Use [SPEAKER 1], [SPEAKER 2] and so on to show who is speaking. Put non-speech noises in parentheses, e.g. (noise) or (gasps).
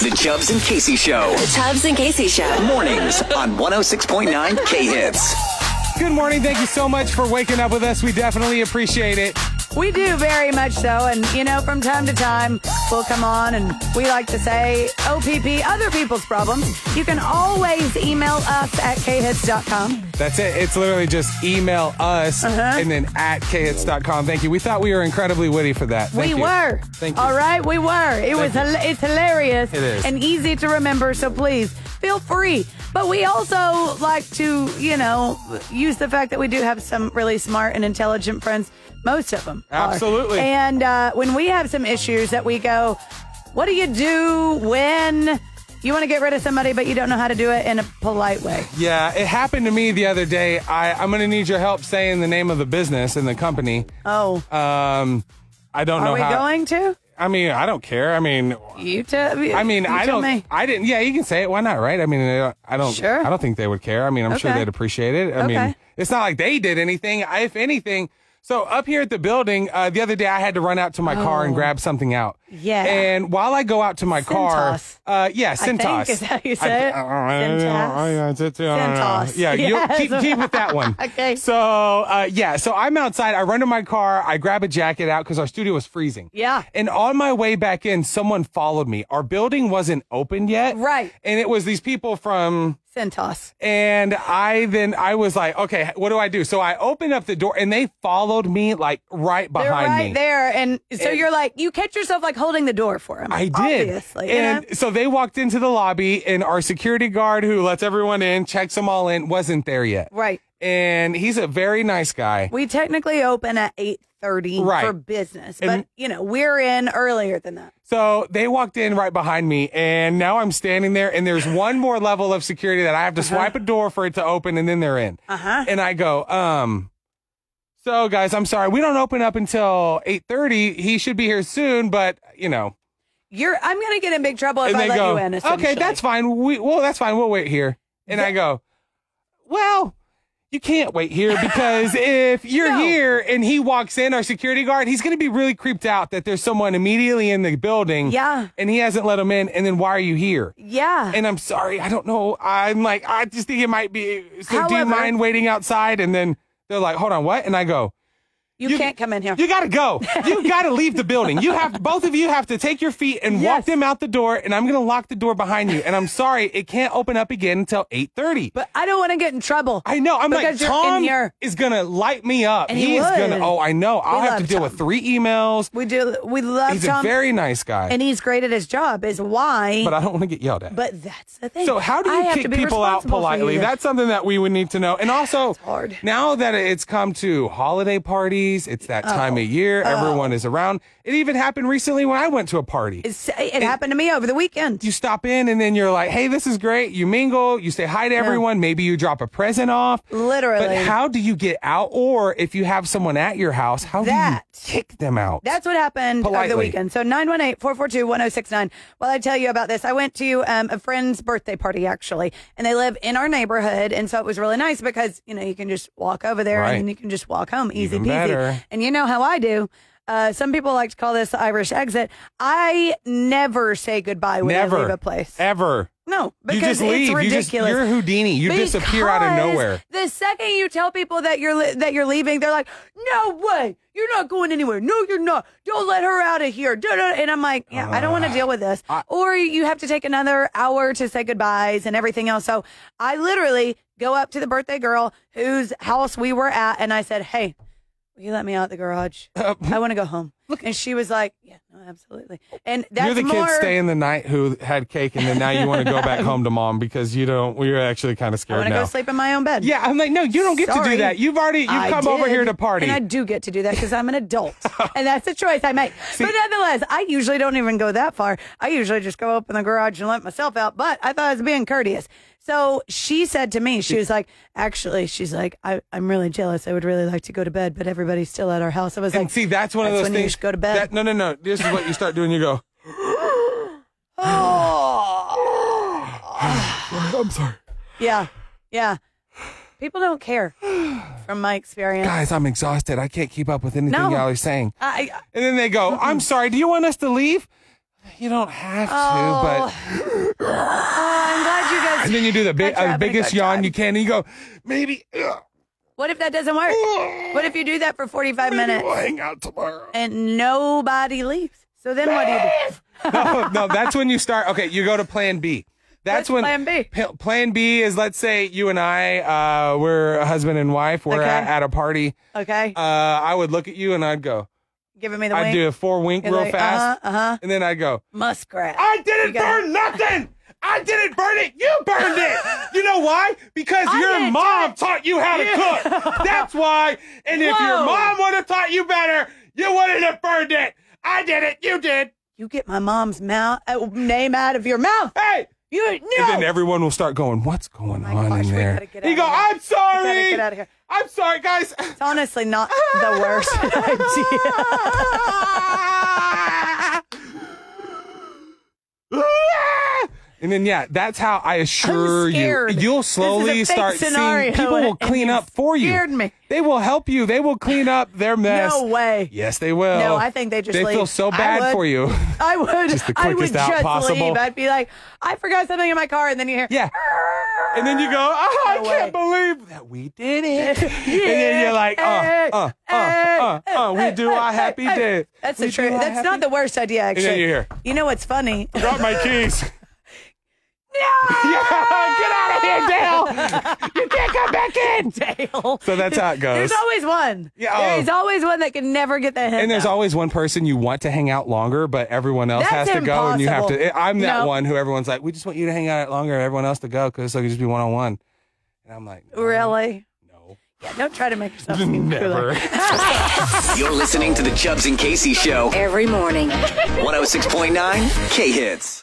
[SPEAKER 1] The Chubbs and Casey Show.
[SPEAKER 2] The Tubbs and Casey Show.
[SPEAKER 1] Mornings on 106.9 K Hits.
[SPEAKER 3] Good morning. Thank you so much for waking up with us. We definitely appreciate it.
[SPEAKER 4] We do very much so. And, you know, from time to time, we'll come on and we like to say OPP, other people's problems. You can always email us at khits.com.
[SPEAKER 3] That's it. It's literally just email us
[SPEAKER 4] Uh-huh.
[SPEAKER 3] and then at khits.com. Thank you. We thought we were incredibly witty for that. Thank
[SPEAKER 4] we
[SPEAKER 3] you.
[SPEAKER 4] were.
[SPEAKER 3] Thank you.
[SPEAKER 4] All right, we were. It was
[SPEAKER 3] you.
[SPEAKER 4] hila- it's hilarious
[SPEAKER 3] It is.
[SPEAKER 4] and easy to remember, so please feel free. But we also like to, you know, use the fact that we do have some really smart and intelligent friends. Most of them. are.
[SPEAKER 3] Absolutely.
[SPEAKER 4] And uh, when we have some issues that we go, what do you do when you want to get rid of somebody, but you don't know how to do it in a polite way?
[SPEAKER 3] Yeah, it happened to me the other day. I, I'm going to need your help saying the name of the business and the company.
[SPEAKER 4] Oh,
[SPEAKER 3] Um, I don't know
[SPEAKER 4] are we
[SPEAKER 3] how.
[SPEAKER 4] going to?
[SPEAKER 3] I mean, I don't care. I mean,
[SPEAKER 4] You tell me.
[SPEAKER 3] I mean,
[SPEAKER 4] you
[SPEAKER 3] I
[SPEAKER 4] tell
[SPEAKER 3] don't.
[SPEAKER 4] Me.
[SPEAKER 3] I didn't. Yeah, you can say it. Why not? Right? I mean, I don't. I don't,
[SPEAKER 4] Sure.
[SPEAKER 3] I don't think they would care. I mean, I'm sure
[SPEAKER 4] Okay.
[SPEAKER 3] they'd appreciate it. I mean,
[SPEAKER 4] Okay.
[SPEAKER 3] it's not like they did anything. I- If anything, so up here at the building, uh, the other day I had to run out to my car and grab something out.
[SPEAKER 4] Oh. Yeah.
[SPEAKER 3] And while I go out to my
[SPEAKER 4] Centos.
[SPEAKER 3] car, uh, yeah,
[SPEAKER 4] think
[SPEAKER 3] Centos.
[SPEAKER 4] is how you say
[SPEAKER 3] uh,
[SPEAKER 4] it.
[SPEAKER 3] Centos.
[SPEAKER 4] Centos.
[SPEAKER 3] Yeah, you
[SPEAKER 4] (laughs) Yes.
[SPEAKER 3] keep, keep with that one.
[SPEAKER 4] (laughs) Okay.
[SPEAKER 3] So uh, yeah, so I'm outside. I run to my car. I grab a jacket out because our studio was freezing.
[SPEAKER 4] Yeah.
[SPEAKER 3] And on my way back in, someone followed me. Our building wasn't open yet.
[SPEAKER 4] Right.
[SPEAKER 3] And it was these people from,
[SPEAKER 4] Centos.
[SPEAKER 3] and I then, I was like, okay, what do I do? So I opened up the door and they followed me like right
[SPEAKER 4] They're
[SPEAKER 3] behind
[SPEAKER 4] right
[SPEAKER 3] me.
[SPEAKER 4] there, and so you're like, you catch yourself like holding the door for him.
[SPEAKER 3] I did.
[SPEAKER 4] obviously. you
[SPEAKER 3] And
[SPEAKER 4] know?
[SPEAKER 3] so they walked into the lobby and our security guard who lets everyone in, checks them all in, wasn't there yet.
[SPEAKER 4] right.
[SPEAKER 3] And he's a very nice guy.
[SPEAKER 4] We technically open at eight thirty
[SPEAKER 3] Right.
[SPEAKER 4] for business,
[SPEAKER 3] And-
[SPEAKER 4] but you know we're in earlier than that.
[SPEAKER 3] So they walked in right behind me, and now I'm standing there, and there's one more level of security that I have to swipe a door for it to open, and then they're in.
[SPEAKER 4] Uh-huh.
[SPEAKER 3] And I go, um, so guys, I'm sorry, we don't open up until 8:30. He should be here soon, but you know.
[SPEAKER 4] You're. I'm gonna get in big trouble if
[SPEAKER 3] And
[SPEAKER 4] I
[SPEAKER 3] they
[SPEAKER 4] let
[SPEAKER 3] go,
[SPEAKER 4] you in.
[SPEAKER 3] okay,
[SPEAKER 4] essentially.
[SPEAKER 3] that's fine. We well, that's fine. We'll wait here. And I go, well. You can't wait here
[SPEAKER 4] (laughs)
[SPEAKER 3] because if you're
[SPEAKER 4] No.
[SPEAKER 3] here and he walks in, our security guard, he's going to be really creeped out that there's someone immediately in the building
[SPEAKER 4] Yeah.
[SPEAKER 3] and he hasn't let him in. And then why are you here?
[SPEAKER 4] yeah.
[SPEAKER 3] And I'm sorry, I don't know. I'm like, I just think it might be. So do you
[SPEAKER 4] However-
[SPEAKER 3] mind waiting outside? And then they're like, hold on, what? And I go,
[SPEAKER 4] you, can't come in here.
[SPEAKER 3] You gotta go. You
[SPEAKER 4] (laughs)
[SPEAKER 3] gotta leave the building. You have both of you have to take your feet and walk
[SPEAKER 4] Yes.
[SPEAKER 3] them out the door. And I'm gonna lock the door behind you. And I'm sorry, it can't open up again until 8:30.
[SPEAKER 4] but I don't want to get in trouble.
[SPEAKER 3] I know. I'm
[SPEAKER 4] Because
[SPEAKER 3] like
[SPEAKER 4] you're in
[SPEAKER 3] Tom
[SPEAKER 4] here.
[SPEAKER 3] is gonna light me up.
[SPEAKER 4] And he
[SPEAKER 3] He's
[SPEAKER 4] would.
[SPEAKER 3] gonna. Oh, I know. I'll
[SPEAKER 4] We
[SPEAKER 3] have to
[SPEAKER 4] love
[SPEAKER 3] deal
[SPEAKER 4] Tom.
[SPEAKER 3] with three emails.
[SPEAKER 4] we do. We love
[SPEAKER 3] He's
[SPEAKER 4] Tom,
[SPEAKER 3] a very nice guy,
[SPEAKER 4] and he's great at his job. Is why.
[SPEAKER 3] but I don't want to get yelled at.
[SPEAKER 4] But that's the thing.
[SPEAKER 3] So how do
[SPEAKER 4] I
[SPEAKER 3] you
[SPEAKER 4] have to
[SPEAKER 3] kick
[SPEAKER 4] be
[SPEAKER 3] people out
[SPEAKER 4] responsible for
[SPEAKER 3] politely?
[SPEAKER 4] you.
[SPEAKER 3] That's something that we would need to know. And also,
[SPEAKER 4] hard.
[SPEAKER 3] now that it's come to holiday parties, it's that
[SPEAKER 4] Oh.
[SPEAKER 3] time of year. Everyone is around. It even happened recently when I went to a party.
[SPEAKER 4] It's- it, happened to me over the weekend.
[SPEAKER 3] you stop in and then you're like, "Hey, this is great." You mingle, you say hi to everyone. Maybe you drop a present off.
[SPEAKER 4] Literally.
[SPEAKER 3] But how do you get out? Or if you have someone at your house, how
[SPEAKER 4] That-
[SPEAKER 3] do you kick them out?
[SPEAKER 4] That's what happened over
[SPEAKER 3] Politely.
[SPEAKER 4] the weekend. So 918-442-1069. While I tell you about this, I went to um, a friend's birthday party actually, and they live in our neighborhood, and so it was really nice because you know you can just walk over there
[SPEAKER 3] Right.
[SPEAKER 4] and then you can just walk home, easy
[SPEAKER 3] Even
[SPEAKER 4] peasy.
[SPEAKER 3] better.
[SPEAKER 4] And you know how I do. Uh, some people like to call this the Irish exit. I never say goodbye when
[SPEAKER 3] never
[SPEAKER 4] I leave a place.
[SPEAKER 3] ever.
[SPEAKER 4] No,
[SPEAKER 3] You
[SPEAKER 4] because
[SPEAKER 3] just leave.
[SPEAKER 4] it's
[SPEAKER 3] You just-
[SPEAKER 4] ridiculous.
[SPEAKER 3] you're Houdini. You disappear out of
[SPEAKER 4] Because
[SPEAKER 3] nowhere.
[SPEAKER 4] The second you tell people that you're li- that you're leaving, they're like, "No way, you're not going anywhere. No, you're not. Don't let her out of here." Da, da, da. And I'm like, "Yeah, I don't
[SPEAKER 3] Ah.
[SPEAKER 4] want to deal with this." or you have to take another hour to say goodbyes and everything else. So I literally go up to the birthday girl whose house we were at, and I said, "Hey, will you let me out the garage?
[SPEAKER 3] Uh,
[SPEAKER 4] I want to go home." and she was like, "Yeah, no, absolutely." And that's
[SPEAKER 3] you're the
[SPEAKER 4] more.
[SPEAKER 3] kid staying the night who had cake, and then now you want to go
[SPEAKER 4] (laughs)
[SPEAKER 3] back home to mom because you don't. Well, you're actually kind of
[SPEAKER 4] I
[SPEAKER 3] scared
[SPEAKER 4] want to
[SPEAKER 3] now.
[SPEAKER 4] go sleep in my own bed.
[SPEAKER 3] Yeah, I'm like, no, you don't get to
[SPEAKER 4] Sorry.
[SPEAKER 3] do that. You've already you've
[SPEAKER 4] I
[SPEAKER 3] come over
[SPEAKER 4] did.
[SPEAKER 3] here to party. Oh.
[SPEAKER 4] And I do get to do that because I'm
[SPEAKER 3] (laughs)
[SPEAKER 4] an adult. and that's a choice I make. but nonetheless, I usually don't even go that far. I usually just go up in the garage and let myself out. But I thought I was being courteous. So she said to me, she was like, actually, she's like, I, I'm really jealous. I would really like to go to bed, but everybody's still at our house. I was
[SPEAKER 3] and
[SPEAKER 4] like,
[SPEAKER 3] see, that's one of those
[SPEAKER 4] when
[SPEAKER 3] things.
[SPEAKER 4] You should go to bed.
[SPEAKER 3] that- no, no, no. This is what you start doing. You go. (gasps) I'm sorry,
[SPEAKER 4] "Oh." yeah. Yeah. People don't care from my experience.
[SPEAKER 3] guys. I'm exhausted. I can't keep up with anything
[SPEAKER 4] No.
[SPEAKER 3] y'all are saying.
[SPEAKER 4] I,
[SPEAKER 3] And then they go, "I'm sorry. Do you want us to leave?" You don't have to,
[SPEAKER 4] Oh.
[SPEAKER 3] but
[SPEAKER 4] I'm glad you guys.
[SPEAKER 3] and then you do the big,
[SPEAKER 4] That's
[SPEAKER 3] uh,
[SPEAKER 4] happening
[SPEAKER 3] biggest
[SPEAKER 4] that
[SPEAKER 3] yawn
[SPEAKER 4] time.
[SPEAKER 3] you can, and you go, maybe, uh, ugh,
[SPEAKER 4] What if that doesn't work? What if you do that for 45
[SPEAKER 3] maybe
[SPEAKER 4] minutes
[SPEAKER 3] we'll hang out tomorrow.
[SPEAKER 4] and nobody leaves? So then what do you do?
[SPEAKER 3] (laughs) no, no, that's when you start. Okay, you go to Plan B. That's
[SPEAKER 4] What's
[SPEAKER 3] when
[SPEAKER 4] Plan B?
[SPEAKER 3] P- plan B is let's say you and I, uh, we're a husband and wife. We're
[SPEAKER 4] Okay.
[SPEAKER 3] at, at a party.
[SPEAKER 4] Okay,
[SPEAKER 3] Uh, I would look at you and I'd go.
[SPEAKER 4] giving me the
[SPEAKER 3] I'd
[SPEAKER 4] wink.
[SPEAKER 3] do a four wink
[SPEAKER 4] You're
[SPEAKER 3] real
[SPEAKER 4] like,
[SPEAKER 3] fast,
[SPEAKER 4] Uh-huh, uh-huh.
[SPEAKER 3] and then I'd go.
[SPEAKER 4] Muskrat.
[SPEAKER 3] I didn't
[SPEAKER 4] You got it.
[SPEAKER 3] burn nothing. I didn't burn it. You burned it. You know why? Because
[SPEAKER 4] I
[SPEAKER 3] your
[SPEAKER 4] didn't do
[SPEAKER 3] mom
[SPEAKER 4] it.
[SPEAKER 3] taught you how to cook. That's why. And if your
[SPEAKER 4] Whoa.
[SPEAKER 3] mom would have taught you better, you wouldn't have burned it. I did it. You did.
[SPEAKER 4] you get my mom's mouth uh, name out of your mouth.
[SPEAKER 3] Hey.
[SPEAKER 4] You no. Oh
[SPEAKER 3] And then everyone will start going, "What's going on
[SPEAKER 4] gosh,
[SPEAKER 3] in
[SPEAKER 4] we
[SPEAKER 3] there?"
[SPEAKER 4] gotta get
[SPEAKER 3] You
[SPEAKER 4] out
[SPEAKER 3] go,
[SPEAKER 4] of here.
[SPEAKER 3] "I'm sorry,
[SPEAKER 4] get out of here."
[SPEAKER 3] I'm sorry, guys."
[SPEAKER 4] it's honestly not the
[SPEAKER 3] (laughs)
[SPEAKER 4] worst idea.
[SPEAKER 3] And then yeah, that's how I assure you.
[SPEAKER 4] scared.
[SPEAKER 3] You'll
[SPEAKER 4] This is a
[SPEAKER 3] slowly
[SPEAKER 4] fake
[SPEAKER 3] start seeing
[SPEAKER 4] scenario,
[SPEAKER 3] people will
[SPEAKER 4] and
[SPEAKER 3] clean
[SPEAKER 4] you
[SPEAKER 3] up for you.
[SPEAKER 4] scared me.
[SPEAKER 3] They will help you. They will clean up their mess.
[SPEAKER 4] No way.
[SPEAKER 3] Yes, they will.
[SPEAKER 4] No, I think they just
[SPEAKER 3] Oh, they feel
[SPEAKER 4] leave.
[SPEAKER 3] so
[SPEAKER 4] I
[SPEAKER 3] bad
[SPEAKER 4] would-
[SPEAKER 3] for you.
[SPEAKER 4] (laughs) I would.
[SPEAKER 3] Just the
[SPEAKER 4] I would
[SPEAKER 3] quickest out
[SPEAKER 4] just
[SPEAKER 3] possible.
[SPEAKER 4] leave. I'd be like, I forgot something in my car, and then you hear.
[SPEAKER 3] (laughs) Yeah. And then you go, oh, I
[SPEAKER 4] No
[SPEAKER 3] can't believe that we did it. (laughs) And then you're like, uh, uh, uh, uh, uh, we do our happy day.
[SPEAKER 4] That's
[SPEAKER 3] we
[SPEAKER 4] the truth.
[SPEAKER 3] do our
[SPEAKER 4] That's
[SPEAKER 3] happy-
[SPEAKER 4] not the worst idea,
[SPEAKER 3] then
[SPEAKER 4] actually.
[SPEAKER 3] you hear.
[SPEAKER 4] You know
[SPEAKER 3] (laughs)
[SPEAKER 4] what's funny? no!
[SPEAKER 3] Drop my keys. Yeah, get out of
[SPEAKER 4] (laughs)
[SPEAKER 3] here, Dale. You can't come back in.
[SPEAKER 4] Dale.
[SPEAKER 3] So that's how it goes.
[SPEAKER 4] There's always one.
[SPEAKER 3] Yeah, oh.
[SPEAKER 4] There's always one that can never get the hint.
[SPEAKER 3] and there's
[SPEAKER 4] out.
[SPEAKER 3] always one person you want to hang out longer, but everyone else has
[SPEAKER 4] That's
[SPEAKER 3] to go, and you have
[SPEAKER 4] impossible.
[SPEAKER 3] to. eh, I'm that
[SPEAKER 4] No.
[SPEAKER 3] one who everyone's like, we just want you to hang out longer, and everyone else to go, because so it can just be one on one. And I'm like, no,
[SPEAKER 4] really.
[SPEAKER 3] No.
[SPEAKER 4] Yeah, don't try to make
[SPEAKER 3] (laughs)
[SPEAKER 4] yourself seem cool.
[SPEAKER 3] Never.
[SPEAKER 1] You're listening to the Chubbs and Casey Show.
[SPEAKER 2] Every morning.
[SPEAKER 1] 106.9 K Hits.